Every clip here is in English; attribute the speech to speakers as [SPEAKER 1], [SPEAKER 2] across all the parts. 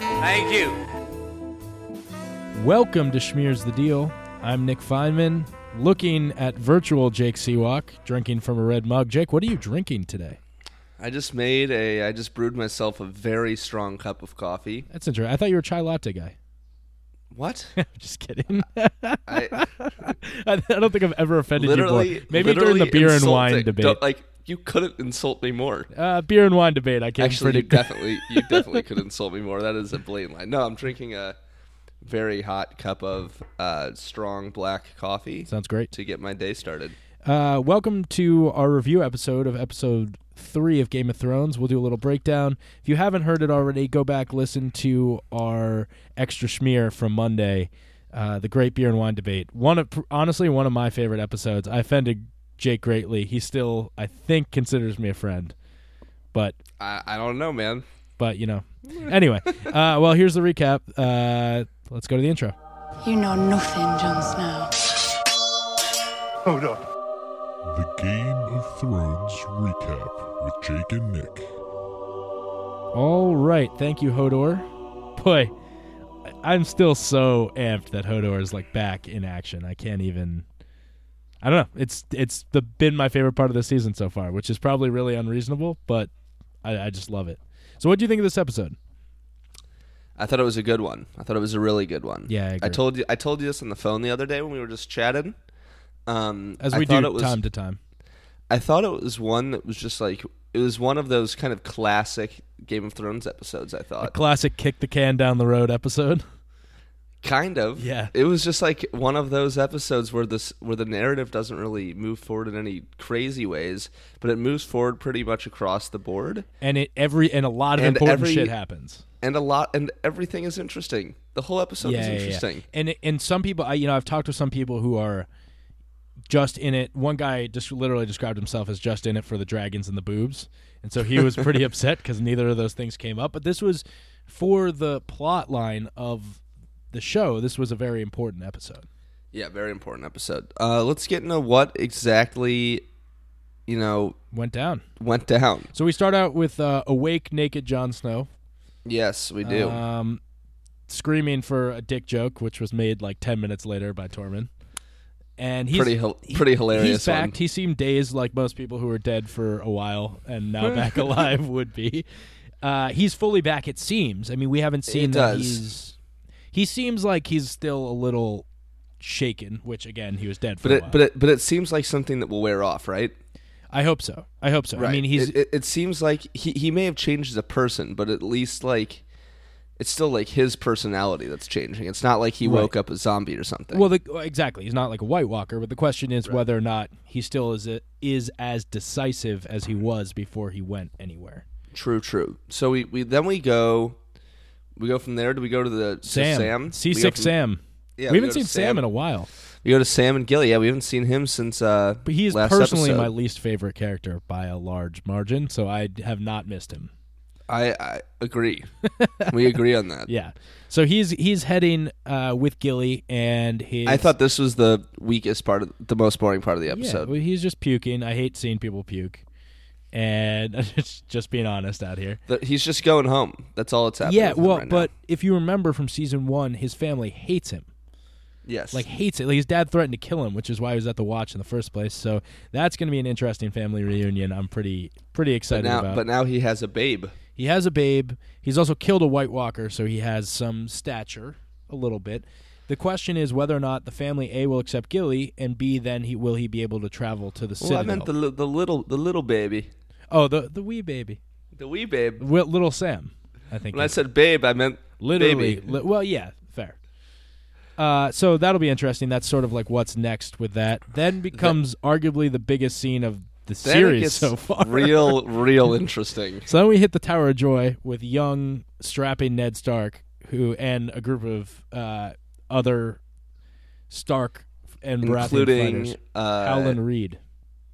[SPEAKER 1] Thank you.
[SPEAKER 2] Welcome to Schmears the Deal. I'm Nick Feynman, looking at virtual Jake Seawalk, drinking from a red mug. Jake, what are you drinking today?
[SPEAKER 3] I just made a. I just brewed myself a very strong cup of coffee.
[SPEAKER 2] That's interesting. I thought you were a chai latte guy.
[SPEAKER 3] What?
[SPEAKER 2] Just kidding.
[SPEAKER 3] I
[SPEAKER 2] I don't think I've ever offended you
[SPEAKER 3] literally.
[SPEAKER 2] more. Maybe during the
[SPEAKER 3] literally
[SPEAKER 2] beer and
[SPEAKER 3] insulting-
[SPEAKER 2] wine debate.
[SPEAKER 3] don't- Like you couldn't insult me more.
[SPEAKER 2] uh, beer and wine debate. I can't
[SPEAKER 3] Actually, you
[SPEAKER 2] predict.
[SPEAKER 3] definitely, you definitely could insult me more. That is a blatant lie. No, I'm drinking a very hot cup of uh, strong black coffee
[SPEAKER 2] Sounds great.
[SPEAKER 3] to get my day started.
[SPEAKER 2] Uh, welcome to our review episode of episode three of Game of Thrones. We'll do a little breakdown. If you haven't heard it already, go back listen to our extra schmear from Monday, uh, the Great Beer and Wine Debate. One of honestly one of my favorite episodes. I offended Jake greatly. He still, I think, considers me a friend, but
[SPEAKER 3] I, I don't know, man.
[SPEAKER 2] but you know. Anyway, uh, well, here's the recap. Uh, let's go to the intro.
[SPEAKER 4] You know nothing, Jon Snow.
[SPEAKER 5] The Game of Thrones recap with Jake and Nick.
[SPEAKER 2] All right, thank you, Hodor. Boy, I- I'm still so amped that Hodor is like back in action. I can't even. I don't know. It's it's the been my favorite part of the season so far, which is probably really unreasonable, but I, I just love it. So, what do you think of this episode?
[SPEAKER 3] I thought it was a good one. I thought it was a really good one.
[SPEAKER 2] Yeah, I agree.
[SPEAKER 3] told you. I told you this on the phone the other day when we were just chatting. Um,
[SPEAKER 2] As
[SPEAKER 3] I
[SPEAKER 2] we
[SPEAKER 3] thought
[SPEAKER 2] do
[SPEAKER 3] it was,
[SPEAKER 2] time to time.
[SPEAKER 3] I thought it was one that was just like it was one of those kind of classic Game of Thrones episodes. I
[SPEAKER 2] A
[SPEAKER 3] thought
[SPEAKER 2] classic kick the can down the road episode.
[SPEAKER 3] kind of.
[SPEAKER 2] Yeah.
[SPEAKER 3] it was just like one of those episodes where this where the narrative doesn't really move forward in any crazy ways, but it moves forward pretty much across the board,
[SPEAKER 2] And it every and a lot of
[SPEAKER 3] And
[SPEAKER 2] important
[SPEAKER 3] every-
[SPEAKER 2] shit happens.
[SPEAKER 3] and a lot and everything is interesting. The whole episode is interesting.
[SPEAKER 2] And it- and some people, I you know, I've talked to some people who are just in it. One guy just literally described himself as just in it for the dragons and the boobs, and so he was pretty upset because neither of those things came up. But this was for the plot line of the show. This was a very important episode.
[SPEAKER 3] Yeah, very important episode. Uh, let's get into what exactly, you know,
[SPEAKER 2] Went down.
[SPEAKER 3] went down.
[SPEAKER 2] So we start out with uh, awake, naked Jon Snow,
[SPEAKER 3] Yes, we do.
[SPEAKER 2] um, screaming for a dick joke, which was made like ten minutes later by Tormund. And he's
[SPEAKER 3] pretty hil- pretty hilarious.
[SPEAKER 2] He's back.
[SPEAKER 3] one.
[SPEAKER 2] He seemed dazed, like most people who were dead for a while and now back alive would be. Uh, he's fully back. It seems. I mean, we haven't seen that.
[SPEAKER 3] does.
[SPEAKER 2] He's he seems like he's still a little shaken. Which again, he was dead for
[SPEAKER 3] But
[SPEAKER 2] a
[SPEAKER 3] it,
[SPEAKER 2] while.
[SPEAKER 3] but it, but it seems like something that will wear off, right?
[SPEAKER 2] I hope so. I hope so.
[SPEAKER 3] right.
[SPEAKER 2] I mean, he's
[SPEAKER 3] It, it, it seems like he, he may have changed as a person, but at least like it's still like his personality that's changing. It's not like he woke up a zombie or something.
[SPEAKER 2] well. The, exactly. He's not like a White Walker. But the question is whether or not he still is is as decisive as he was before he went anywhere.
[SPEAKER 3] true, true. So we, we then we go we go from there. Do we go to the to
[SPEAKER 2] Sam,
[SPEAKER 3] Sam?
[SPEAKER 2] C
[SPEAKER 3] We go
[SPEAKER 2] six
[SPEAKER 3] from-
[SPEAKER 2] Sam.
[SPEAKER 3] Yeah,
[SPEAKER 2] we
[SPEAKER 3] we
[SPEAKER 2] haven't
[SPEAKER 3] go to
[SPEAKER 2] seen Sam
[SPEAKER 3] Sam.
[SPEAKER 2] in a while.
[SPEAKER 3] We go to Sam and Gilly. Yeah, we haven't seen him since. Uh,
[SPEAKER 2] But he is
[SPEAKER 3] last
[SPEAKER 2] personally
[SPEAKER 3] episode.
[SPEAKER 2] my least favorite character by a large margin, so I have not missed him.
[SPEAKER 3] I, I agree. we agree on that.
[SPEAKER 2] Yeah. So he's he's heading uh, with Gilly and his
[SPEAKER 3] I thought this was the weakest part of the most boring part of the
[SPEAKER 2] yeah,
[SPEAKER 3] episode.
[SPEAKER 2] well, he's just puking. I hate seeing people puke. And it's just being honest out here.
[SPEAKER 3] That- he's just going home. That's all it's happening.
[SPEAKER 2] yeah,
[SPEAKER 3] with him
[SPEAKER 2] well,
[SPEAKER 3] right now.
[SPEAKER 2] but if you remember from season 1, his family hates him.
[SPEAKER 3] yes,
[SPEAKER 2] Like hates it. Like his dad threatened to kill him, which is why he was at the watch in the first place. So that's going to be an interesting family reunion. I'm pretty pretty
[SPEAKER 3] but
[SPEAKER 2] excited
[SPEAKER 3] now,
[SPEAKER 2] about.
[SPEAKER 3] but now he has a babe.
[SPEAKER 2] He has a babe. He's also killed a White Walker, so he has some stature, a little bit. The question is whether or not the family A will accept Gilly, and B then he will he be able to travel to the
[SPEAKER 3] Well, I
[SPEAKER 2] Citadel?
[SPEAKER 3] meant the li- the little the little baby,
[SPEAKER 2] oh, the the wee baby,
[SPEAKER 3] the wee babe.
[SPEAKER 2] Wi- little Sam, I think.
[SPEAKER 3] When I
[SPEAKER 2] is-
[SPEAKER 3] said babe, I meant
[SPEAKER 2] literally.
[SPEAKER 3] baby.
[SPEAKER 2] li- well, yeah, fair. Uh, so that'll be interesting. That's sort of like what's next with that. Then becomes arguably the biggest scene of the
[SPEAKER 3] Then it
[SPEAKER 2] series
[SPEAKER 3] gets
[SPEAKER 2] so far.
[SPEAKER 3] real, real interesting.
[SPEAKER 2] So then we hit the Tower of Joy with young, strapping Ned Stark, who and a group of uh, other Stark and Baratheon
[SPEAKER 3] Including
[SPEAKER 2] fighters,
[SPEAKER 3] uh,
[SPEAKER 2] Howland Reed,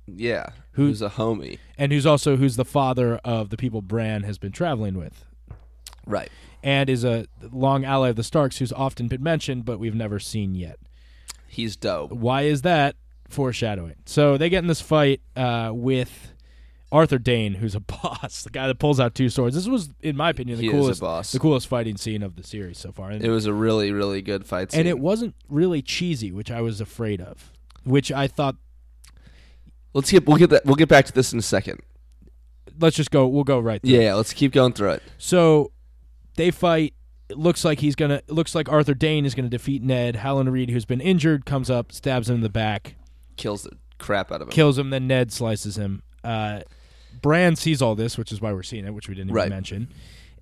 [SPEAKER 3] yeah,
[SPEAKER 2] Who-
[SPEAKER 3] who's a homie,
[SPEAKER 2] and who's also who's the father of the people Bran has been traveling with,
[SPEAKER 3] right?
[SPEAKER 2] and is a long ally of the Starks, who's often been mentioned but we've never seen yet.
[SPEAKER 3] He's dope.
[SPEAKER 2] Why is that foreshadowing? So they get in this fight uh, with Arthur Dane, who's a boss, the guy that pulls out two swords. This was, in my opinion, the
[SPEAKER 3] He is a
[SPEAKER 2] coolest,
[SPEAKER 3] boss.
[SPEAKER 2] the coolest fighting scene of the series so far. And
[SPEAKER 3] It was a really, really good fight scene.
[SPEAKER 2] and it wasn't really cheesy, which I was afraid of, which I thought.
[SPEAKER 3] let's get we'll get that we'll get back to this in a second.
[SPEAKER 2] Let's just go. We'll go right. There.
[SPEAKER 3] Yeah, yeah let's keep going through it.
[SPEAKER 2] So they fight. It looks like he's gonna. It looks like Arthur Dane is gonna defeat Ned. Howland Reed, who's been injured, comes up, stabs him in the back,
[SPEAKER 3] Kills the crap out of him.
[SPEAKER 2] kills him. Then Ned slices him. Uh, Bran sees all this, which is why we're seeing it, which we didn't even
[SPEAKER 3] Right.
[SPEAKER 2] mention,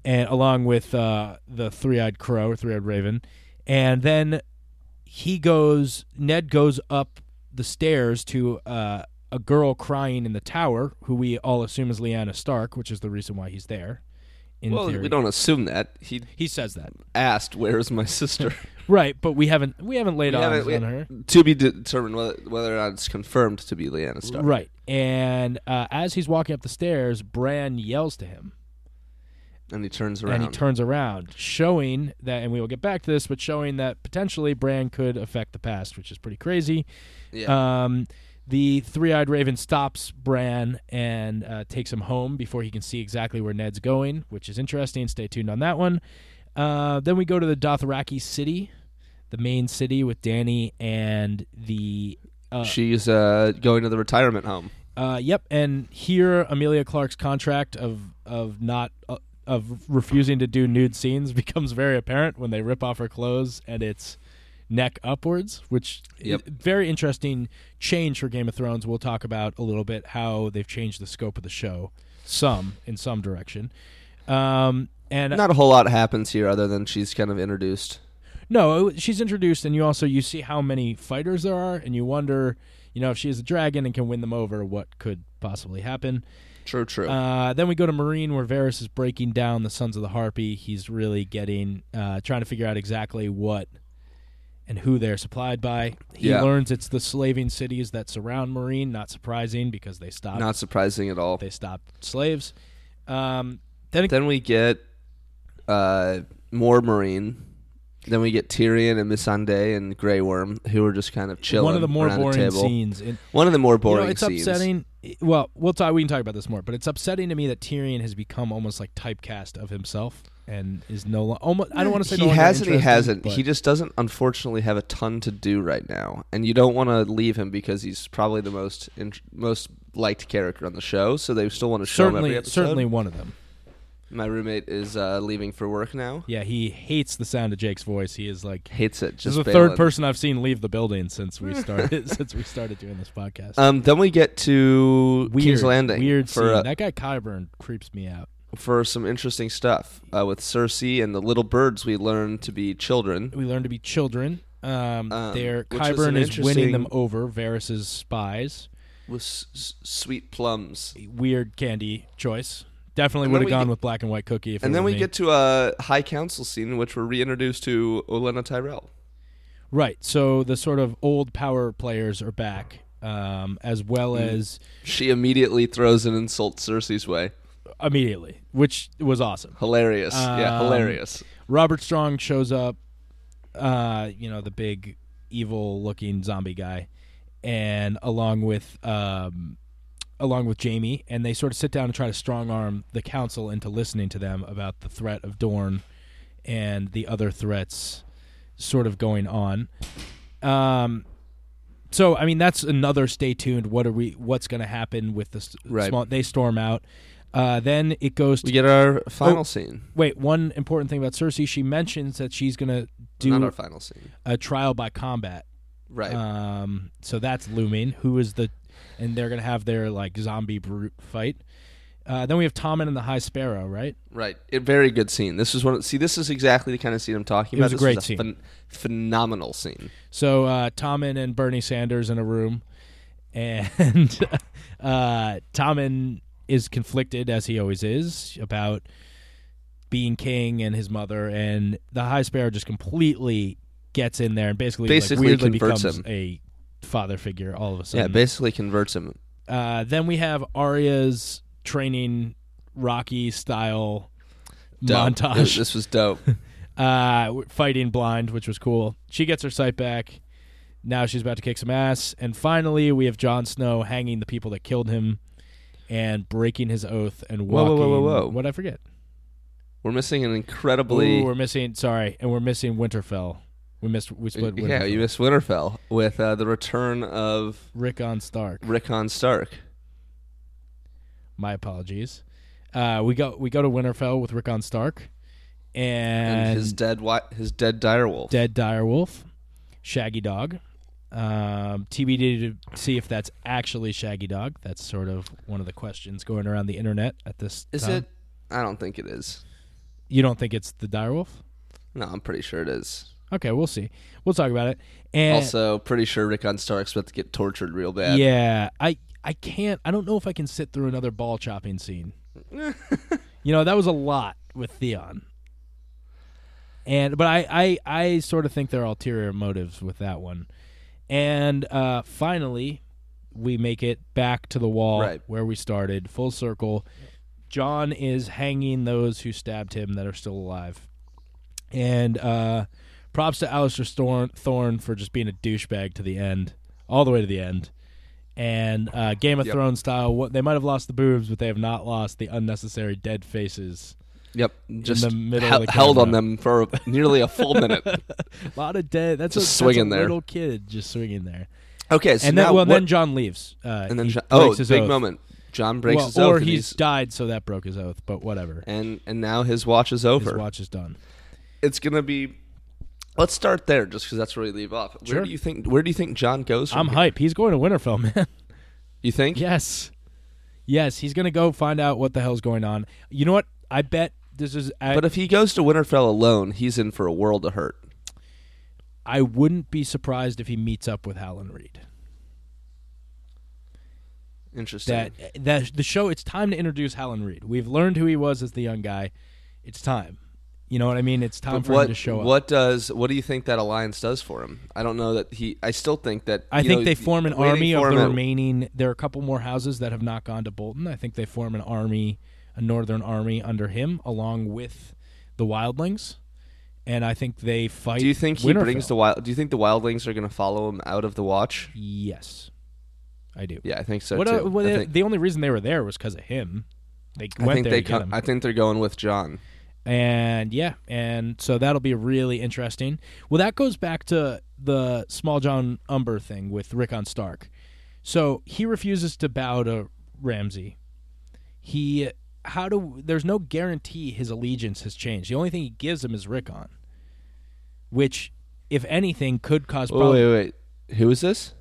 [SPEAKER 2] and along with uh, the three-eyed crow or three-eyed raven, and then he goes. Ned goes up the stairs to uh, a girl crying in the tower, who we all assume is Lyanna Stark, which is the reason why he's there. In
[SPEAKER 3] well,
[SPEAKER 2] theory.
[SPEAKER 3] we don't assume that he
[SPEAKER 2] He says that.
[SPEAKER 3] asked, "Where is my sister?"
[SPEAKER 2] Right, but we haven't we haven't laid
[SPEAKER 3] We
[SPEAKER 2] eyes
[SPEAKER 3] haven't- we- uh,
[SPEAKER 2] on her.
[SPEAKER 3] to be determined whether, whether or not it's confirmed to be Lyanna Stark.
[SPEAKER 2] Right, and uh, as he's walking up the stairs, Bran yells to him,
[SPEAKER 3] And he turns around.
[SPEAKER 2] and he turns around, showing that. And we will get back to this, but showing that potentially Bran could affect the past, which is pretty crazy.
[SPEAKER 3] Yeah.
[SPEAKER 2] Um, the three-eyed raven stops Bran and uh, takes him home before he can see exactly where Ned's going, which is interesting. Stay tuned on that one. Uh, then we go to the Dothraki city, the main city with Danny and the uh,
[SPEAKER 3] She's uh, going to the retirement home.
[SPEAKER 2] Uh, yep, and here Amelia Clark's contract of of not uh, of refusing to do nude scenes becomes very apparent when they rip off her clothes and it's neck upwards, which
[SPEAKER 3] Yep.
[SPEAKER 2] i- very interesting change for Game of Thrones. We'll talk about a little bit how they've changed the scope of the show some in some direction. Um, and
[SPEAKER 3] Not a whole lot happens here other than she's kind of introduced.
[SPEAKER 2] no, it- she's introduced, and you also you see how many fighters there are, and you wonder, you know, if she is a dragon and can win them over, what could possibly happen.
[SPEAKER 3] True, true.
[SPEAKER 2] Uh, then we go to Marine, where Varys is breaking down the Sons of the Harpy. He's really getting, uh, trying to figure out exactly what and who they're supplied by. He
[SPEAKER 3] Yeah.
[SPEAKER 2] learns it's the slaving cities that surround Marine. Not surprising because they stopped
[SPEAKER 3] Not surprising at all.
[SPEAKER 2] they stopped slaves. Um, then,
[SPEAKER 3] Then we get uh, more Marine. Then we get Tyrion and Missandei and Grey Worm, who are just kind of chilling.
[SPEAKER 2] one of the more
[SPEAKER 3] around a
[SPEAKER 2] boring
[SPEAKER 3] table.
[SPEAKER 2] scenes. In,
[SPEAKER 3] One of the more boring
[SPEAKER 2] you know, it's
[SPEAKER 3] scenes.
[SPEAKER 2] upsetting. Well, we'll talk. We can talk about this more, but it's upsetting to me that Tyrion has become almost like typecast of himself and is no longer. Almost, I don't want to say
[SPEAKER 3] he
[SPEAKER 2] no longer
[SPEAKER 3] hasn't. He
[SPEAKER 2] interesting,
[SPEAKER 3] hasn't.
[SPEAKER 2] but-
[SPEAKER 3] He just doesn't, unfortunately, have a ton to do right now, and you don't want to leave him because he's probably the most in, most liked character on the show. So they still want to show him every
[SPEAKER 2] certainly,
[SPEAKER 3] episode.
[SPEAKER 2] certainly one of them.
[SPEAKER 3] My roommate is uh, leaving for work now.
[SPEAKER 2] Yeah, he hates the sound of Jake's voice. He is like
[SPEAKER 3] Hates it.
[SPEAKER 2] this
[SPEAKER 3] Just
[SPEAKER 2] is the
[SPEAKER 3] bailing.
[SPEAKER 2] third person I've seen leave the building since we started since we started doing this podcast.
[SPEAKER 3] Um, then we get to
[SPEAKER 2] weird,
[SPEAKER 3] King's Landing
[SPEAKER 2] weird
[SPEAKER 3] for
[SPEAKER 2] scene.
[SPEAKER 3] uh,
[SPEAKER 2] that guy Kyburn creeps me out.
[SPEAKER 3] for some interesting stuff uh, with Cersei and the little birds we learn to be children.
[SPEAKER 2] We learn to be children. Um,
[SPEAKER 3] Um,
[SPEAKER 2] there,
[SPEAKER 3] which is an
[SPEAKER 2] Kyburn is winning them
[SPEAKER 3] interesting-
[SPEAKER 2] over. Varys's spies.
[SPEAKER 3] with s- s- sweet plums.
[SPEAKER 2] Weird candy choice. Definitely
[SPEAKER 3] And
[SPEAKER 2] would
[SPEAKER 3] then
[SPEAKER 2] have
[SPEAKER 3] we
[SPEAKER 2] gone
[SPEAKER 3] get-
[SPEAKER 2] with black and white cookie. If it
[SPEAKER 3] And then
[SPEAKER 2] were
[SPEAKER 3] we
[SPEAKER 2] me.
[SPEAKER 3] get to a high council scene in which we're reintroduced to Olenna Tyrell.
[SPEAKER 2] right. So the sort of old power players are back, um, as well
[SPEAKER 3] Mm-hmm.
[SPEAKER 2] as
[SPEAKER 3] She immediately throws an insult Cersei's way.
[SPEAKER 2] immediately, which was awesome.
[SPEAKER 3] Hilarious. yeah,
[SPEAKER 2] Um,
[SPEAKER 3] hilarious.
[SPEAKER 2] Robert Strong shows up, uh, you know, the big evil looking zombie guy, and along with um, along with Jamie, and they sort of sit down and try to strong arm the council into listening to them about the threat of Dorn and the other threats sort of going on. Um so I mean that's another stay tuned what are we what's going to happen with this
[SPEAKER 3] Right.
[SPEAKER 2] small they storm out. Uh then it goes to
[SPEAKER 3] We get our final
[SPEAKER 2] Oh.
[SPEAKER 3] scene.
[SPEAKER 2] Wait, one important thing about Cersei, she mentions that she's going to
[SPEAKER 3] Not
[SPEAKER 2] do
[SPEAKER 3] our final scene.
[SPEAKER 2] a trial by combat.
[SPEAKER 3] Right.
[SPEAKER 2] Um, so that's looming. Who is the. And they're going to have their, like, zombie brute fight. Uh, then we have Tommen and the High Sparrow, right?
[SPEAKER 3] right. A very good scene. This is one. See, this is exactly the kind of scene I'm talking
[SPEAKER 2] It
[SPEAKER 3] about.
[SPEAKER 2] was a
[SPEAKER 3] This
[SPEAKER 2] great
[SPEAKER 3] is
[SPEAKER 2] scene.
[SPEAKER 3] phen- phenomenal scene.
[SPEAKER 2] So uh, Tommen and Bernie Sanders in a room, and uh, Tommen is conflicted as he always is about being king and his mother, and the High Sparrow just completely gets in there and basically, like,
[SPEAKER 3] Basically
[SPEAKER 2] weirdly
[SPEAKER 3] converts
[SPEAKER 2] becomes
[SPEAKER 3] him.
[SPEAKER 2] a father figure all of a
[SPEAKER 3] Yeah,
[SPEAKER 2] sudden.
[SPEAKER 3] basically converts him.
[SPEAKER 2] uh, then we have Arya's training Rocky style
[SPEAKER 3] Dope.
[SPEAKER 2] montage
[SPEAKER 3] This was dope.
[SPEAKER 2] uh, w- fighting blind, which was cool. She gets her sight back. Now she's about to kick some ass. And finally, we have Jon Snow hanging the people that killed him and breaking his oath and
[SPEAKER 3] Whoa, whoa,
[SPEAKER 2] walking.
[SPEAKER 3] whoa, whoa, whoa.
[SPEAKER 2] What I forget?
[SPEAKER 3] We're missing an incredibly
[SPEAKER 2] Ooh, we're missing. Sorry, and we're missing Winterfell. We missed. We split. Winterfell.
[SPEAKER 3] yeah. You missed Winterfell with uh, the return of
[SPEAKER 2] Rickon Stark.
[SPEAKER 3] Rickon Stark.
[SPEAKER 2] My apologies. Uh, we go. We go to Winterfell with Rickon Stark, and,
[SPEAKER 3] and, his dead wi- his dead direwolf.
[SPEAKER 2] dead direwolf, Shaggy Dog. Um, TBD to see if that's actually Shaggy Dog. That's sort of one of the questions going around the internet at this.
[SPEAKER 3] is
[SPEAKER 2] time.
[SPEAKER 3] it? I don't think it is.
[SPEAKER 2] You don't think it's the direwolf?
[SPEAKER 3] No, I'm pretty sure it is.
[SPEAKER 2] Okay, we'll see. We'll talk about it. And
[SPEAKER 3] also, pretty sure Rickon Stark's about to get tortured real bad.
[SPEAKER 2] yeah, I I can't. I don't know if I can sit through another ball chopping scene. you know, that was a lot with Theon. And but I I I sort of think there are ulterior motives with that one. And uh finally, we make it back to the wall
[SPEAKER 3] Right.
[SPEAKER 2] where we started, full circle. John is hanging those who stabbed him that are still alive. And uh, props to Alistair Storm- Thorne for just being a douchebag to the end, all the way to the end. And uh, Game of
[SPEAKER 3] Yep.
[SPEAKER 2] Thrones style, what, they might have lost the boobs, but they have not lost the unnecessary dead faces.
[SPEAKER 3] Yep. Just
[SPEAKER 2] the middle
[SPEAKER 3] he-
[SPEAKER 2] of the
[SPEAKER 3] held on
[SPEAKER 2] camera.
[SPEAKER 3] them for nearly a full minute.
[SPEAKER 2] A lot of dead. That's
[SPEAKER 3] Just
[SPEAKER 2] a, that's
[SPEAKER 3] swinging
[SPEAKER 2] a
[SPEAKER 3] there.
[SPEAKER 2] little kid just swinging there.
[SPEAKER 3] Okay, so
[SPEAKER 2] And
[SPEAKER 3] now
[SPEAKER 2] then, well,
[SPEAKER 3] what-
[SPEAKER 2] then John leaves. Uh,
[SPEAKER 3] and then
[SPEAKER 2] he
[SPEAKER 3] John, oh,
[SPEAKER 2] breaks his
[SPEAKER 3] big
[SPEAKER 2] oath.
[SPEAKER 3] moment. John breaks
[SPEAKER 2] Well,
[SPEAKER 3] his oath,
[SPEAKER 2] or
[SPEAKER 3] and
[SPEAKER 2] he's,
[SPEAKER 3] he's,
[SPEAKER 2] died, so that broke his oath. But whatever,
[SPEAKER 3] and and now his watch is over.
[SPEAKER 2] his watch is done.
[SPEAKER 3] It's gonna be. Let's start there, just because that's where we leave off. Where
[SPEAKER 2] Sure.
[SPEAKER 3] do you think? Where do you think John goes? From
[SPEAKER 2] I'm
[SPEAKER 3] here?
[SPEAKER 2] hype. He's going to Winterfell, man.
[SPEAKER 3] You think?
[SPEAKER 2] Yes. Yes, he's going to go find out what the hell's going on. You know what? I bet this is. I,
[SPEAKER 3] But if he goes to Winterfell alone, he's in for a world of hurt.
[SPEAKER 2] I wouldn't be surprised if he meets up with Alan Reed.
[SPEAKER 3] Interesting.
[SPEAKER 2] That that the show. It's time to introduce Alan Reed. We've learned who he was as the young guy. It's time. You know what I mean? It's time
[SPEAKER 3] But
[SPEAKER 2] for
[SPEAKER 3] what,
[SPEAKER 2] him to show up.
[SPEAKER 3] What does what do you think that alliance does for him? I don't know that he. I still think that
[SPEAKER 2] I
[SPEAKER 3] you
[SPEAKER 2] think
[SPEAKER 3] know,
[SPEAKER 2] they form an
[SPEAKER 3] waiting
[SPEAKER 2] army
[SPEAKER 3] for
[SPEAKER 2] of
[SPEAKER 3] him
[SPEAKER 2] the
[SPEAKER 3] at-
[SPEAKER 2] remaining. There are a couple more houses that have not gone to Bolton. I think they form an army, a northern army under him, along with the wildlings, and I think they fight.
[SPEAKER 3] Do you think he
[SPEAKER 2] Winterfell.
[SPEAKER 3] brings the wild? Do you think the wildlings are going to follow him out of the watch?
[SPEAKER 2] Yes, I do.
[SPEAKER 3] Yeah, I think so
[SPEAKER 2] what,
[SPEAKER 3] too.
[SPEAKER 2] uh, well,
[SPEAKER 3] I
[SPEAKER 2] the-
[SPEAKER 3] think,
[SPEAKER 2] the only reason they were there was because of him. They
[SPEAKER 3] I
[SPEAKER 2] went
[SPEAKER 3] think
[SPEAKER 2] there to
[SPEAKER 3] they
[SPEAKER 2] get
[SPEAKER 3] come,
[SPEAKER 2] him.
[SPEAKER 3] I think they're going with John.
[SPEAKER 2] and yeah, and so that'll be really interesting. Well, that goes back to the Small John Umber thing with Rickon Stark. So he refuses to bow to Ramsey. He how do there's no guarantee his allegiance has changed. The only thing he gives him is Rickon, which, if anything, could cause
[SPEAKER 3] Oh,
[SPEAKER 2] problems.
[SPEAKER 3] wait, wait, wait. Who is this?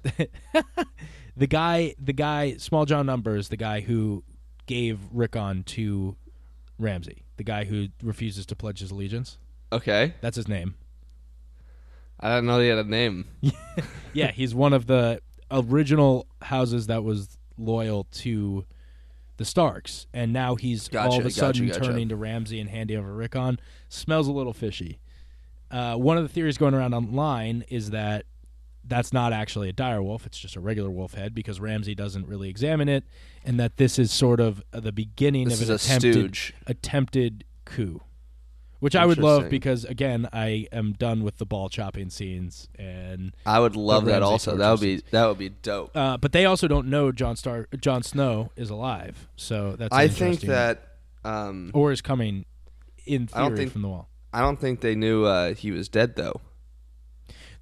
[SPEAKER 2] The guy, the guy, Small John Number is the guy who gave Rickon to Ramsey. The guy who refuses to pledge his allegiance.
[SPEAKER 3] Okay,
[SPEAKER 2] That's his name.
[SPEAKER 3] I don't know. He had a name.
[SPEAKER 2] Yeah, he's one of the original houses that was loyal to the Starks, and now he's
[SPEAKER 3] Gotcha,
[SPEAKER 2] all of a
[SPEAKER 3] gotcha,
[SPEAKER 2] sudden
[SPEAKER 3] gotcha.
[SPEAKER 2] turning to Ramsey and handing over Rickon. Smells a little fishy. Uh, one of the theories going around online is that that's not actually a dire wolf; it's just a regular wolf head because Ramsey doesn't really examine it, and that this is sort of the beginning
[SPEAKER 3] This
[SPEAKER 2] of
[SPEAKER 3] is
[SPEAKER 2] an
[SPEAKER 3] a
[SPEAKER 2] attempted
[SPEAKER 3] stooge.
[SPEAKER 2] attempted coup. Which I would love
[SPEAKER 3] Interesting.
[SPEAKER 2] because again I am done with the ball chopping scenes and
[SPEAKER 3] I would love
[SPEAKER 2] The
[SPEAKER 3] that.
[SPEAKER 2] Ramsay
[SPEAKER 3] Also, that would be that would be dope.
[SPEAKER 2] uh, but they also don't know John Star John Snow is alive, so that's
[SPEAKER 3] I think
[SPEAKER 2] interesting-
[SPEAKER 3] that. Um,
[SPEAKER 2] or is coming in
[SPEAKER 3] I don't
[SPEAKER 2] theory
[SPEAKER 3] think-
[SPEAKER 2] from the wall.
[SPEAKER 3] I don't think they knew uh, he was dead though.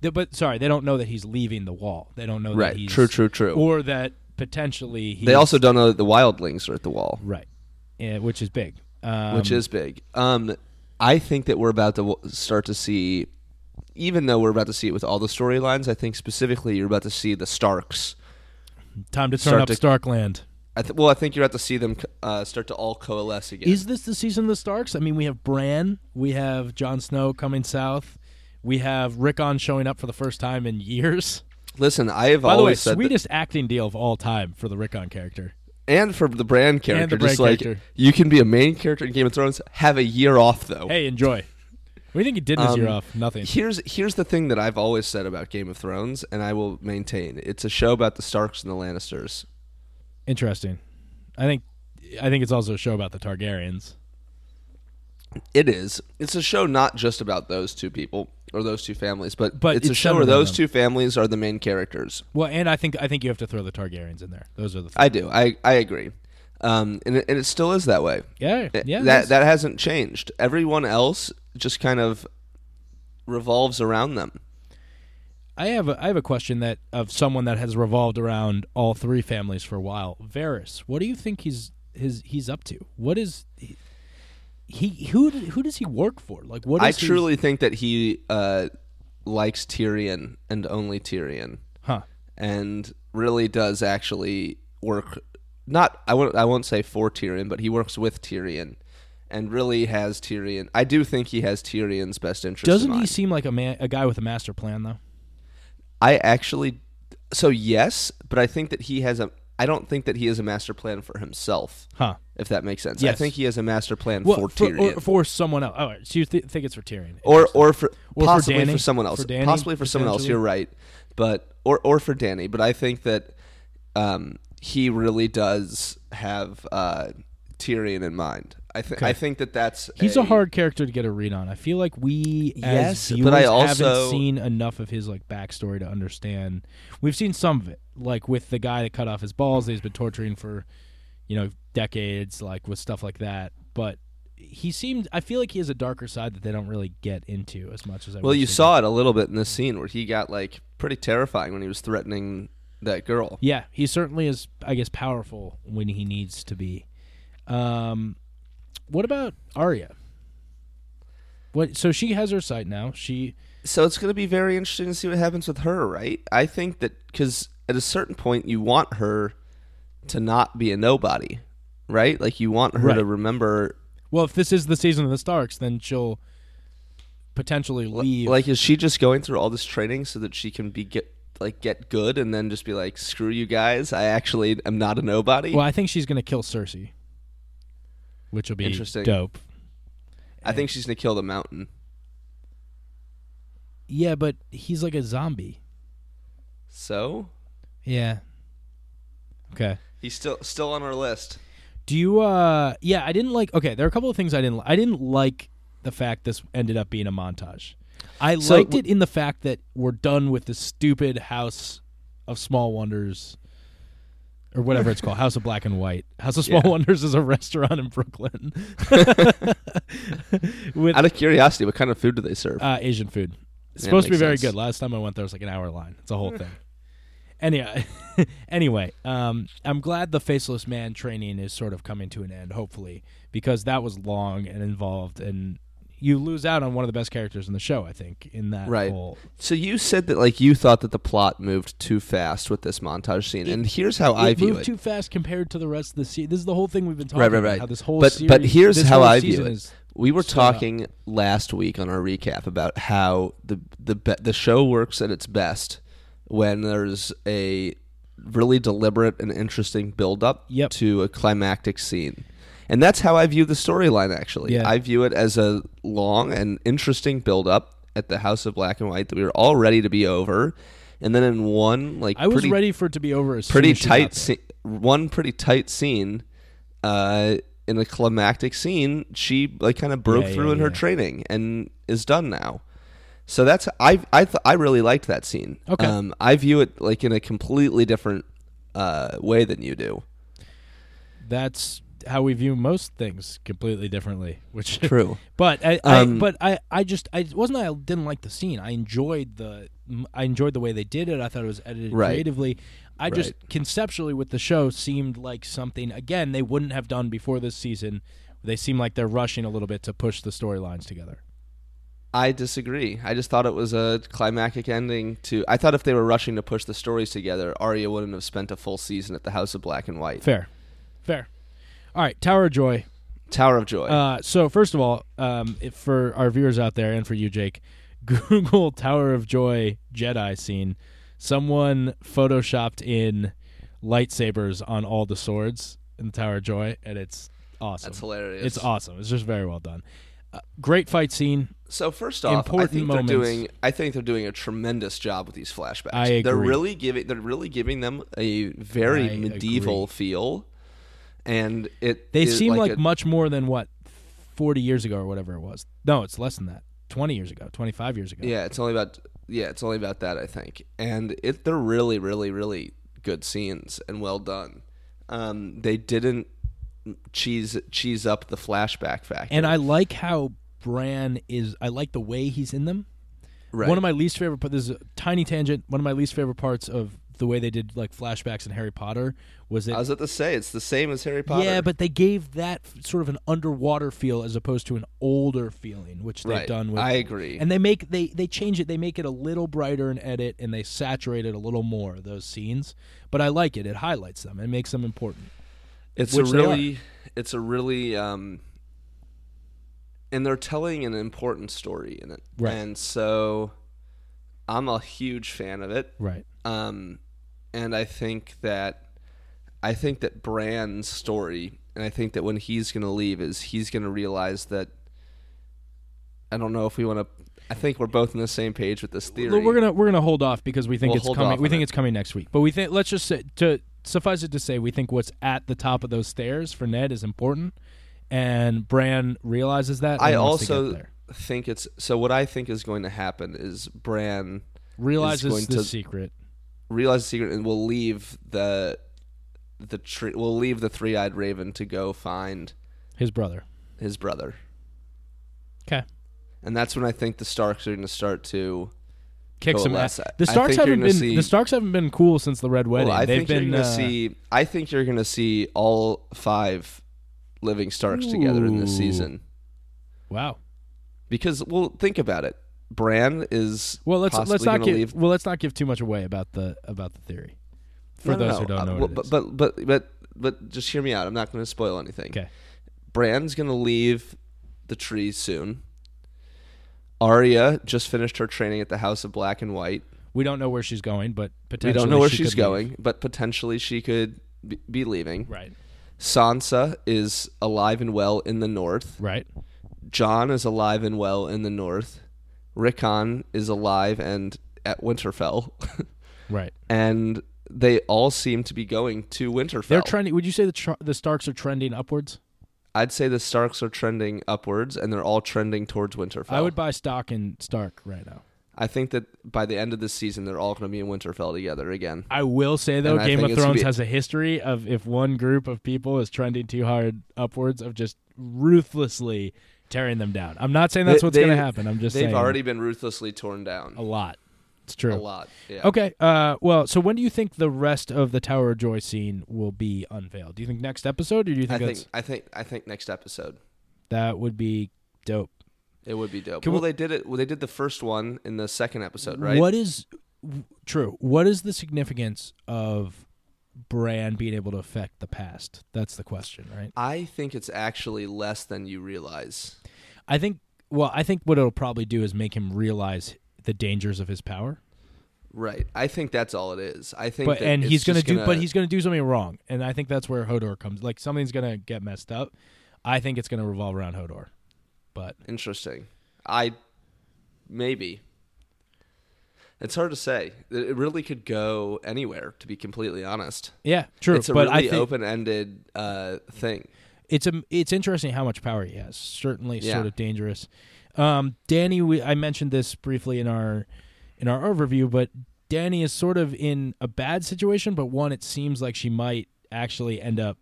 [SPEAKER 2] They- but sorry, they don't know that he's leaving the wall. They don't know
[SPEAKER 3] Right.
[SPEAKER 2] that he's
[SPEAKER 3] True, true, true.
[SPEAKER 2] or that potentially he's,
[SPEAKER 3] They also don't know that the wildlings are at the wall.
[SPEAKER 2] right, eh, which is big. Um,
[SPEAKER 3] which is big. Um, I think that we're about to w- start to see, even though we're about to see it with all the storylines. I think specifically you're about to see the Starks.
[SPEAKER 2] time to turn
[SPEAKER 3] start
[SPEAKER 2] up
[SPEAKER 3] to-
[SPEAKER 2] Starkland.
[SPEAKER 3] I th- well, I think you're about to see them c- uh, start to all coalesce again.
[SPEAKER 2] Is this the season of the Starks? I mean, we have Bran, we have Jon Snow coming south, we have Rickon showing up for the first time in years.
[SPEAKER 3] Listen, I have
[SPEAKER 2] By the way,
[SPEAKER 3] always said,
[SPEAKER 2] sweetest acting deal of all time for the Rickon character.
[SPEAKER 3] that, and for the brand character,
[SPEAKER 2] Bran
[SPEAKER 3] just like
[SPEAKER 2] character.
[SPEAKER 3] you can be a main character in Game of Thrones, have a year off though.
[SPEAKER 2] Hey, enjoy. What do you think he did in his
[SPEAKER 3] Um,
[SPEAKER 2] year off? Nothing.
[SPEAKER 3] Here's here's the thing that I've always said about Game of Thrones, and I will maintain: it's a show about the Starks and the Lannisters.
[SPEAKER 2] Interesting. I think I think it's also a show about the Targaryens.
[SPEAKER 3] It is. It's a show not just about those two people or those two families, but,
[SPEAKER 2] But
[SPEAKER 3] it's, a
[SPEAKER 2] it's
[SPEAKER 3] show
[SPEAKER 2] centered
[SPEAKER 3] where
[SPEAKER 2] on
[SPEAKER 3] those
[SPEAKER 2] them.
[SPEAKER 3] two families are the main characters.
[SPEAKER 2] Well, and I think I think you have to throw the Targaryens in there. Those are the
[SPEAKER 3] I do. I, I agree. Um, and it, and it still is that way.
[SPEAKER 2] Yeah, yeah.
[SPEAKER 3] that
[SPEAKER 2] that's-
[SPEAKER 3] that hasn't changed. Everyone else just kind of revolves around them.
[SPEAKER 2] I have a, I have a question that of someone that has revolved around all three families for a while. Varys, what do you think he's his he's up to? What is he, he who d- who does he work for? Like what is
[SPEAKER 3] I
[SPEAKER 2] his-
[SPEAKER 3] truly think that he uh, likes Tyrion and only Tyrion,
[SPEAKER 2] huh?
[SPEAKER 3] and really does actually work. Not I won't I won't say for Tyrion, but he works with Tyrion, and really has Tyrion. I do think he has Tyrion's best interest. in
[SPEAKER 2] Doesn't he
[SPEAKER 3] mind.
[SPEAKER 2] seem like a man a guy with a master plan though?
[SPEAKER 3] I actually, so yes, but I think that he has a. I don't think that he has a master plan for himself.
[SPEAKER 2] Huh.
[SPEAKER 3] If that makes sense, I
[SPEAKER 2] Yes.
[SPEAKER 3] think he has a master plan
[SPEAKER 2] Well,
[SPEAKER 3] for
[SPEAKER 2] or,
[SPEAKER 3] Tyrion,
[SPEAKER 2] for someone else. Oh, so you th- think it's for Tyrion?
[SPEAKER 3] or or for
[SPEAKER 2] Or for
[SPEAKER 3] possibly for,
[SPEAKER 2] Dany?
[SPEAKER 3] someone else,
[SPEAKER 2] For Dany,
[SPEAKER 3] possibly for someone else.
[SPEAKER 2] potentially?
[SPEAKER 3] You're right, but or or for Danny. But I think that um, he really does have uh, Tyrion in mind. I think I think that that's
[SPEAKER 2] He's a hard character to get a read on. I feel like we
[SPEAKER 3] Yes,
[SPEAKER 2] as viewers
[SPEAKER 3] but I
[SPEAKER 2] haven't
[SPEAKER 3] also-
[SPEAKER 2] seen enough of his like backstory to understand. We've seen some of it, like with the guy that cut off his balls that he's been torturing for, you know, decades, like with stuff like that. But he seemed I feel like he has a darker side that they don't really get into as much as I
[SPEAKER 3] Well,
[SPEAKER 2] wish
[SPEAKER 3] you
[SPEAKER 2] they did.
[SPEAKER 3] saw it a little bit in this scene where he got like pretty terrifying when he was threatening that girl.
[SPEAKER 2] Yeah, he certainly is. I guess powerful when he needs to be. Um, what about Arya? What? So she has her sight now. She
[SPEAKER 3] So it's going to be very interesting to see what happens with her, right? I think that because at a certain point you want her to not be a nobody, right? Like you want her
[SPEAKER 2] Right.
[SPEAKER 3] to remember,
[SPEAKER 2] well, if this is the season of the Starks, then she'll potentially leave.
[SPEAKER 3] like, is she just going through all this training so that she can be get like get good and then just be like, screw you guys, I actually am not a nobody.
[SPEAKER 2] well, I think she's gonna kill Cersei, which will be
[SPEAKER 3] Interesting.
[SPEAKER 2] dope.
[SPEAKER 3] I think she's going to kill the mountain.
[SPEAKER 2] Yeah, but he's like a zombie.
[SPEAKER 3] So
[SPEAKER 2] Yeah. Okay.
[SPEAKER 3] he's still still on our list.
[SPEAKER 2] Do you uh yeah, I didn't like okay, there are a couple of things I didn't li- I didn't like the fact this ended up being a montage. I
[SPEAKER 3] So-
[SPEAKER 2] liked it in the fact that we're done with the stupid house of small wonders or whatever it's called, House of Black and White. House of Small
[SPEAKER 3] Yeah.
[SPEAKER 2] Wonders is a restaurant in Brooklyn. with
[SPEAKER 3] Out of curiosity, what kind of food do they serve?
[SPEAKER 2] uh, Asian food. It's supposed to be
[SPEAKER 3] makes
[SPEAKER 2] very
[SPEAKER 3] sense. Hmm.
[SPEAKER 2] good. Last time I went there, it was like an hour line. It's a whole thing. Anyway, anyway, um, I'm glad the faceless man training is sort of coming to an end, hopefully, because that was long and involved, and you lose out on one of the best characters in the show. I think in that
[SPEAKER 3] Right.
[SPEAKER 2] whole
[SPEAKER 3] So you said that like you thought that the plot moved too fast with this montage scene, and here's how I
[SPEAKER 2] it
[SPEAKER 3] view
[SPEAKER 2] moved
[SPEAKER 3] it.
[SPEAKER 2] too fast compared to the rest of the season. This is the whole thing we've been talking
[SPEAKER 3] right, right,
[SPEAKER 2] about.
[SPEAKER 3] right.
[SPEAKER 2] How this whole
[SPEAKER 3] but
[SPEAKER 2] series,
[SPEAKER 3] but here's
[SPEAKER 2] this
[SPEAKER 3] how
[SPEAKER 2] whole
[SPEAKER 3] I view
[SPEAKER 2] season
[SPEAKER 3] it.
[SPEAKER 2] is-
[SPEAKER 3] we were
[SPEAKER 2] stood up.
[SPEAKER 3] talking last week on our recap about how the the be- the show works at its best when there's a really deliberate and interesting build up
[SPEAKER 2] Yep.
[SPEAKER 3] to a climactic scene. And that's how I view the storyline actually.
[SPEAKER 2] Yeah.
[SPEAKER 3] I view it as a long and interesting build up at the House of Black and White that we were all ready to be over. And then in one like
[SPEAKER 2] I was
[SPEAKER 3] pretty
[SPEAKER 2] ready for it to be over. As soon
[SPEAKER 3] pretty
[SPEAKER 2] as she got
[SPEAKER 3] tight
[SPEAKER 2] there.
[SPEAKER 3] scene, one pretty tight scene uh, in a climactic scene she like kind of broke
[SPEAKER 2] Yeah,
[SPEAKER 3] through
[SPEAKER 2] yeah,
[SPEAKER 3] in her
[SPEAKER 2] yeah.
[SPEAKER 3] training and is done now so that's i i th- i really liked that scene
[SPEAKER 2] Okay.
[SPEAKER 3] um, i view it like in a completely different uh, way than you do
[SPEAKER 2] that's how we view most things completely differently. Which
[SPEAKER 3] True.
[SPEAKER 2] but I, I
[SPEAKER 3] Um,
[SPEAKER 2] but I, I just I it wasn't that I didn't like the scene. I enjoyed the m- I enjoyed the way they did it. I thought it was edited
[SPEAKER 3] Right.
[SPEAKER 2] creatively. I just
[SPEAKER 3] Right.
[SPEAKER 2] conceptually with the show seemed like something again they wouldn't have done before this season. They seem like they're rushing a little bit to push the storylines together.
[SPEAKER 3] i disagree i just thought it was a climactic ending to i thought if they were rushing to push the stories together arya wouldn't have spent a full season at the house of black and white
[SPEAKER 2] Fair, fair. All right, Tower of Joy.
[SPEAKER 3] tower of joy
[SPEAKER 2] Uh, so first of all, um, if for our viewers out there and for you, Jake, Google Tower of Joy Jedi scene. Someone photoshopped in lightsabers on all the swords in the Tower of Joy, and it's awesome.
[SPEAKER 3] that's hilarious
[SPEAKER 2] It's awesome. It's just very well done. Uh, great fight scene.
[SPEAKER 3] So first off,
[SPEAKER 2] Important
[SPEAKER 3] I think
[SPEAKER 2] moments.
[SPEAKER 3] they're doing. I think they're doing a tremendous job with these flashbacks.
[SPEAKER 2] I agree.
[SPEAKER 3] They're really giving. They're really giving them a very
[SPEAKER 2] I
[SPEAKER 3] medieval feel, and it.
[SPEAKER 2] They
[SPEAKER 3] it-
[SPEAKER 2] seem like,
[SPEAKER 3] a-
[SPEAKER 2] much more than what forty years ago or whatever it was. No, it's less than that. Twenty years ago, twenty five years ago.
[SPEAKER 3] yeah. It's only about yeah. It's only about that I think, and it. They're really, really, really good scenes and well done. Um, they didn't cheese cheese up the flashback factor.
[SPEAKER 2] And I like how Bran is. I like the way he's in them.
[SPEAKER 3] right.
[SPEAKER 2] One of my least favorite, but this is a tiny tangent. One of my least favorite parts of the way they did like flashbacks in Harry Potter was it.
[SPEAKER 3] I was about to say it's the same as Harry Potter.
[SPEAKER 2] Yeah, but they gave that f- sort of an underwater feel as opposed to an older feeling, which they've
[SPEAKER 3] Right.
[SPEAKER 2] done with.
[SPEAKER 3] I agree.
[SPEAKER 2] And they make they they change it. They make it a little brighter in edit, and they saturate it a little more those scenes. But I like it. It highlights them. It makes them important.
[SPEAKER 3] it's
[SPEAKER 2] which
[SPEAKER 3] a
[SPEAKER 2] they
[SPEAKER 3] really it's a really um and they're telling an important story in it.
[SPEAKER 2] Right.
[SPEAKER 3] And so I'm a huge fan of it.
[SPEAKER 2] Right.
[SPEAKER 3] um, and I think that I think that Bran's story, and I think that when he's going to leave, is he's going to realize that I don't know if we want to. I think we're both on the same page with this theory.
[SPEAKER 2] We're gonna we're gonna hold off because we think
[SPEAKER 3] We'll
[SPEAKER 2] it's
[SPEAKER 3] hold
[SPEAKER 2] coming.
[SPEAKER 3] off
[SPEAKER 2] We
[SPEAKER 3] on
[SPEAKER 2] think
[SPEAKER 3] it.
[SPEAKER 2] it's coming next week. But we think let's just say, to suffice it to say, we think what's at the top of those stairs for Ned is important, and Bran realizes that.
[SPEAKER 3] I
[SPEAKER 2] and wants to get
[SPEAKER 3] also
[SPEAKER 2] there.
[SPEAKER 3] think it's so. What I think is going to happen is Bran
[SPEAKER 2] realizes
[SPEAKER 3] going
[SPEAKER 2] the
[SPEAKER 3] to-
[SPEAKER 2] secret.
[SPEAKER 3] realizes the secret and will leave the the tree. Will leave the three eyed raven to go find
[SPEAKER 2] His brother.
[SPEAKER 3] his brother.
[SPEAKER 2] Okay.
[SPEAKER 3] And that's when I think the Starks are going to start to
[SPEAKER 2] kick some
[SPEAKER 3] coalesce.
[SPEAKER 2] ass.
[SPEAKER 3] I-
[SPEAKER 2] The
[SPEAKER 3] I
[SPEAKER 2] Starks
[SPEAKER 3] think you're
[SPEAKER 2] haven't
[SPEAKER 3] gonna
[SPEAKER 2] been
[SPEAKER 3] see-
[SPEAKER 2] the Starks haven't been cool since the Red Wedding.
[SPEAKER 3] Well, I
[SPEAKER 2] They've
[SPEAKER 3] think
[SPEAKER 2] been
[SPEAKER 3] you're gonna
[SPEAKER 2] uh,
[SPEAKER 3] see. I think you're gonna see all five living Starks together in
[SPEAKER 2] Ooh.
[SPEAKER 3] this season
[SPEAKER 2] wow.
[SPEAKER 3] because well, think about it. Bran is
[SPEAKER 2] Well, let's
[SPEAKER 3] possibly
[SPEAKER 2] let's not
[SPEAKER 3] gonna
[SPEAKER 2] give
[SPEAKER 3] leave.
[SPEAKER 2] well let's not give too much away about the about the theory for
[SPEAKER 3] No, no,
[SPEAKER 2] those
[SPEAKER 3] no.
[SPEAKER 2] who
[SPEAKER 3] Uh,
[SPEAKER 2] don't know.
[SPEAKER 3] well,
[SPEAKER 2] what it
[SPEAKER 3] but,
[SPEAKER 2] is.
[SPEAKER 3] but but but but just hear me out. I'm not gonna spoil anything.
[SPEAKER 2] okay,
[SPEAKER 3] Bran's gonna leave the tree soon. Arya just finished her training at the House of Black and White.
[SPEAKER 2] we don't know where she's going, but
[SPEAKER 3] We
[SPEAKER 2] potentially
[SPEAKER 3] don't know where
[SPEAKER 2] she
[SPEAKER 3] she's
[SPEAKER 2] could leave.
[SPEAKER 3] going, but potentially she could be- be leaving.
[SPEAKER 2] Right,
[SPEAKER 3] Sansa is alive and well in the north.
[SPEAKER 2] right,
[SPEAKER 3] John is alive and well in the north. Rickon is alive and at Winterfell.
[SPEAKER 2] right.
[SPEAKER 3] and they all seem to be going to Winterfell.
[SPEAKER 2] They're trending. Would you say the tr- the Starks are trending upwards?
[SPEAKER 3] I'd say the Starks are trending upwards and they're all trending towards Winterfell.
[SPEAKER 2] I would buy stock in Stark right now.
[SPEAKER 3] I think that by the end of this season they're all going to be in Winterfell together again.
[SPEAKER 2] I will say though,
[SPEAKER 3] And I
[SPEAKER 2] Game
[SPEAKER 3] think
[SPEAKER 2] of
[SPEAKER 3] it's gonna
[SPEAKER 2] Thrones
[SPEAKER 3] be-
[SPEAKER 2] has a history of if one group of people is trending too hard upwards, of just ruthlessly tearing them down. I'm not saying that's
[SPEAKER 3] They-
[SPEAKER 2] what's going to
[SPEAKER 3] they've-
[SPEAKER 2] happen. I'm just
[SPEAKER 3] They've
[SPEAKER 2] saying
[SPEAKER 3] already been ruthlessly torn down
[SPEAKER 2] a lot. It's true.
[SPEAKER 3] a lot. Yeah.
[SPEAKER 2] Okay. Uh, well, so when do you think the rest of the Tower of Joy scene will be unveiled? Do you think next episode, or do you
[SPEAKER 3] I
[SPEAKER 2] think,
[SPEAKER 3] think
[SPEAKER 2] that's,
[SPEAKER 3] I think I think next episode
[SPEAKER 2] that would be dope?
[SPEAKER 3] it would be dope.
[SPEAKER 2] Can
[SPEAKER 3] well,
[SPEAKER 2] we-
[SPEAKER 3] they did it. Well, they did the first one in the second episode, right?
[SPEAKER 2] What is w- true? What is the significance of Bran being able to affect the past? That's the question, right?
[SPEAKER 3] I think it's actually less than you realize.
[SPEAKER 2] I think. Well, I think what it'll probably do is make him realize the dangers of his power.
[SPEAKER 3] Right. I think that's all it is. I think
[SPEAKER 2] But
[SPEAKER 3] that
[SPEAKER 2] and
[SPEAKER 3] it's
[SPEAKER 2] he's gonna
[SPEAKER 3] just
[SPEAKER 2] do, but he's gonna do something wrong, and I think that's where Hodor comes. Like something's gonna get messed up. I think it's gonna revolve around Hodor. But
[SPEAKER 3] interesting. I maybe. It's hard to say. It it really could go anywhere to be completely honest.
[SPEAKER 2] yeah, true.
[SPEAKER 3] It's a
[SPEAKER 2] but
[SPEAKER 3] really
[SPEAKER 2] I think
[SPEAKER 3] open-ended uh, thing.
[SPEAKER 2] it's a, it's interesting how much power he has. Certainly,
[SPEAKER 3] Yeah.
[SPEAKER 2] sort of dangerous. Um, Danny, we, I mentioned this briefly in our in our overview, but Danny is sort of in a bad situation. But one, it seems like she might actually end up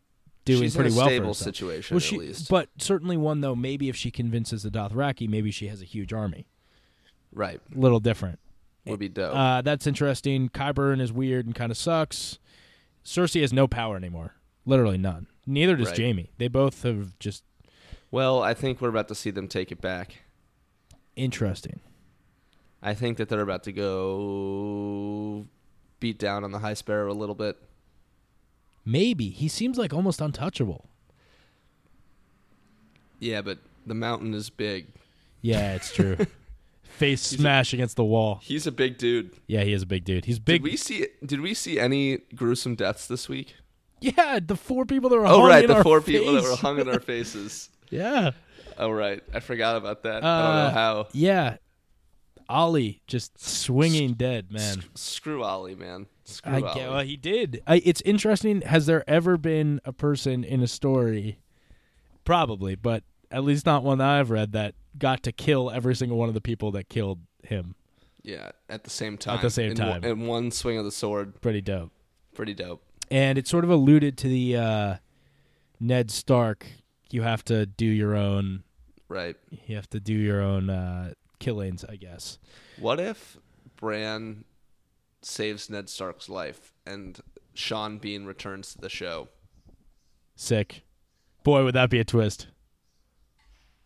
[SPEAKER 2] doing
[SPEAKER 3] She's
[SPEAKER 2] pretty
[SPEAKER 3] in a
[SPEAKER 2] well for
[SPEAKER 3] stable
[SPEAKER 2] herself.
[SPEAKER 3] situation
[SPEAKER 2] Well, she,
[SPEAKER 3] at least.
[SPEAKER 2] but certainly one though. Maybe if she convinces the Dothraki, maybe she has a huge army.
[SPEAKER 3] right.
[SPEAKER 2] Little different.
[SPEAKER 3] Would be dope.
[SPEAKER 2] Uh, that's interesting. Kyburn is weird and kind of sucks. Cersei has no power anymore. Literally none. Neither does
[SPEAKER 3] Right.
[SPEAKER 2] Jamie. They both have just
[SPEAKER 3] well, I think we're about to see them take it back.
[SPEAKER 2] interesting.
[SPEAKER 3] I think that they're about to go beat down on the High Sparrow a little bit.
[SPEAKER 2] Maybe he seems like almost untouchable.
[SPEAKER 3] Yeah, but the mountain is big.
[SPEAKER 2] Yeah, it's true. Face smash against the wall.
[SPEAKER 3] He's a big dude.
[SPEAKER 2] Yeah, he is a big dude. He's big.
[SPEAKER 3] Did we see? Did we see any gruesome deaths this week?
[SPEAKER 2] Yeah, the four people that were.
[SPEAKER 3] Oh
[SPEAKER 2] hung
[SPEAKER 3] right,
[SPEAKER 2] in
[SPEAKER 3] the
[SPEAKER 2] our
[SPEAKER 3] four people that
[SPEAKER 2] face.
[SPEAKER 3] were hung in our faces.
[SPEAKER 2] Yeah.
[SPEAKER 3] Oh right, I forgot about that. I don't
[SPEAKER 2] Uh,
[SPEAKER 3] know how.
[SPEAKER 2] Yeah. Ollie just swinging dead, man.
[SPEAKER 3] Sc- screw Ollie, man. Screw
[SPEAKER 2] I
[SPEAKER 3] Ollie.
[SPEAKER 2] get, well, he did. I, it's interesting. Has there ever been a person in a story? Probably, but at least not one that I've read that got to kill every single one of the people that killed him.
[SPEAKER 3] yeah, at the same time.
[SPEAKER 2] the same
[SPEAKER 3] in
[SPEAKER 2] time.
[SPEAKER 3] one, in one swing of the sword.
[SPEAKER 2] Pretty dope.
[SPEAKER 3] Pretty dope.
[SPEAKER 2] And it sort of alluded to the uh, Ned Stark, you have to do your own.
[SPEAKER 3] right?
[SPEAKER 2] You have to do your own uh, killings, I guess.
[SPEAKER 3] What if Bran saves Ned Stark's life and Sean Bean returns to the show?
[SPEAKER 2] Sick. Boy, would that be a twist.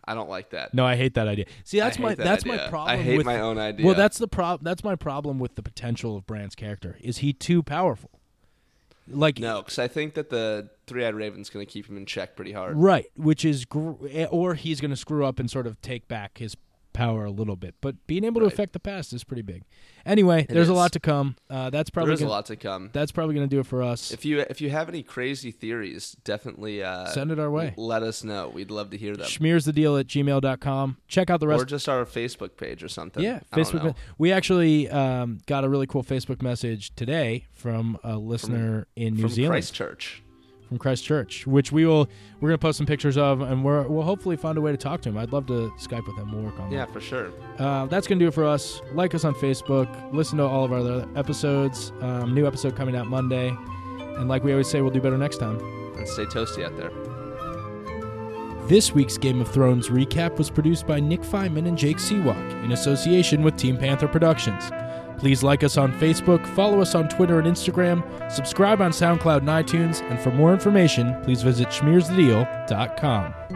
[SPEAKER 3] I don't like that.
[SPEAKER 2] No, I hate that idea. See, that's
[SPEAKER 3] hate
[SPEAKER 2] my
[SPEAKER 3] that
[SPEAKER 2] that's
[SPEAKER 3] idea.
[SPEAKER 2] my
[SPEAKER 3] I
[SPEAKER 2] problem.
[SPEAKER 3] hate
[SPEAKER 2] with-
[SPEAKER 3] my own idea.
[SPEAKER 2] Well, that's the problem. That's my problem with the potential of Brand's character. Is he too powerful? Like
[SPEAKER 3] No, because I think that the Three Eyed Raven's going to keep him in check pretty hard.
[SPEAKER 2] right, which is gr- eh, or he's going to screw up and sort of take back his power a little bit. But being able to
[SPEAKER 3] Right.
[SPEAKER 2] affect the past is pretty big. Anyway, there's a
[SPEAKER 3] is.
[SPEAKER 2] lot to come. Uh, that's probably
[SPEAKER 3] There is a
[SPEAKER 2] gonna,
[SPEAKER 3] lot to come.
[SPEAKER 2] That's probably going to do it for us.
[SPEAKER 3] If you if you have any crazy theories, definitely uh,
[SPEAKER 2] Send it our way.
[SPEAKER 3] Let us know. We'd love to hear them.
[SPEAKER 2] Schmears the deal at gmail.com. Check out the rest
[SPEAKER 3] Or just our Facebook page or something.
[SPEAKER 2] Yeah,
[SPEAKER 3] I don't
[SPEAKER 2] Facebook.
[SPEAKER 3] know.
[SPEAKER 2] We actually um, got a really cool Facebook message today from a listener in New
[SPEAKER 3] from
[SPEAKER 2] Zealand
[SPEAKER 3] Christchurch.
[SPEAKER 2] from Christchurch, which we will we're gonna post some pictures of, and we're, we'll hopefully find a way to talk to him. I'd love to Skype with him. We'll work on
[SPEAKER 3] Yeah, for sure.
[SPEAKER 2] that. Uh, that's gonna do it for us. Like us on Facebook. Listen to all of our other episodes. Um, new episode coming out Monday, and like we always say, we'll do better next time.
[SPEAKER 3] And stay toasty out there.
[SPEAKER 2] This week's Game of Thrones recap was produced by Nick Feynman and Jake Seawalk in association with Team Panther Productions. Please like us on Facebook, follow us on Twitter and Instagram, subscribe on SoundCloud and iTunes, and for more information, please visit schmearsthedeal.com.